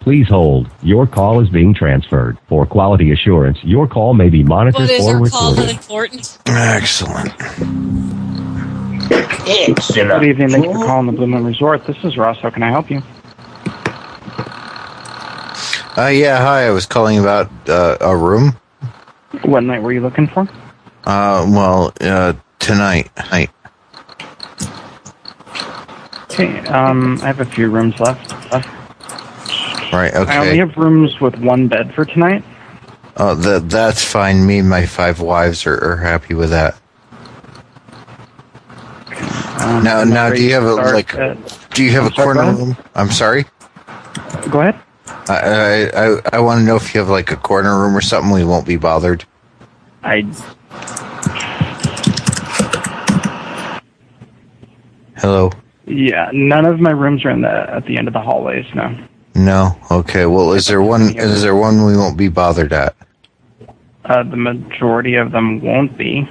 Please hold. Your call is being transferred. For quality assurance, your call may be monitored What is or our call recorded. unimportant? Excellent. Good evening. Thank you for calling the Blue Moon Resort. This is Russ. How can I help you? Uh, yeah, hi. I was calling about uh, a room. What night were you looking for? Uh, well, uh, tonight. Night. Okay. Um, I have a few rooms left. Uh, Right. I only Okay. have rooms with one bed for tonight. Oh, that that's fine. Me and my five wives are, are happy with that. Um, Now- I'm not now, do ready you to have a, start like- at- Do you have I'm a sorry, corner go ahead. room? I'm sorry. go ahead. I I I, I want to know if you have like a corner room or something. We won't be bothered. I Hello. yeah. None of my rooms are in the at the end of the hallways. No. No. Okay. Well, is there one? Is there one we won't be bothered at? Uh, the majority of them won't be.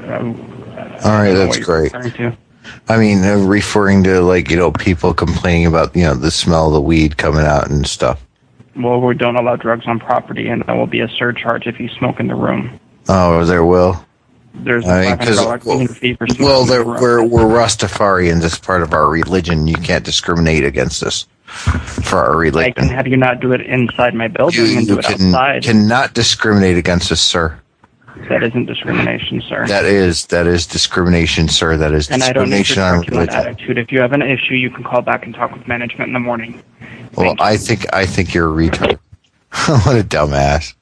Uh, All right. what That's you're great. referring to. I mean, uh, referring to like you know people complaining about you know the smell of the weed coming out and stuff. Well, we don't allow drugs on property, and there will be a surcharge if you smoke in the room. Oh, there will. There's a I mean, five hundred 'cause- dollar cleaning fee for smoking Well, in the there, room. we're we're Rastafarians. It's part of our religion. You can't discriminate against us for our I can religion. have you not do it inside my building You, and do you it can, outside. cannot discriminate against us, sir. that isn't discrimination, sir. That is that is discrimination, sir. That is and I don't need discrimination your on truculent religion. attitude. If you have an issue, you can call back and talk with management in the morning. Well, I think I think you're a retard. what a dumbass.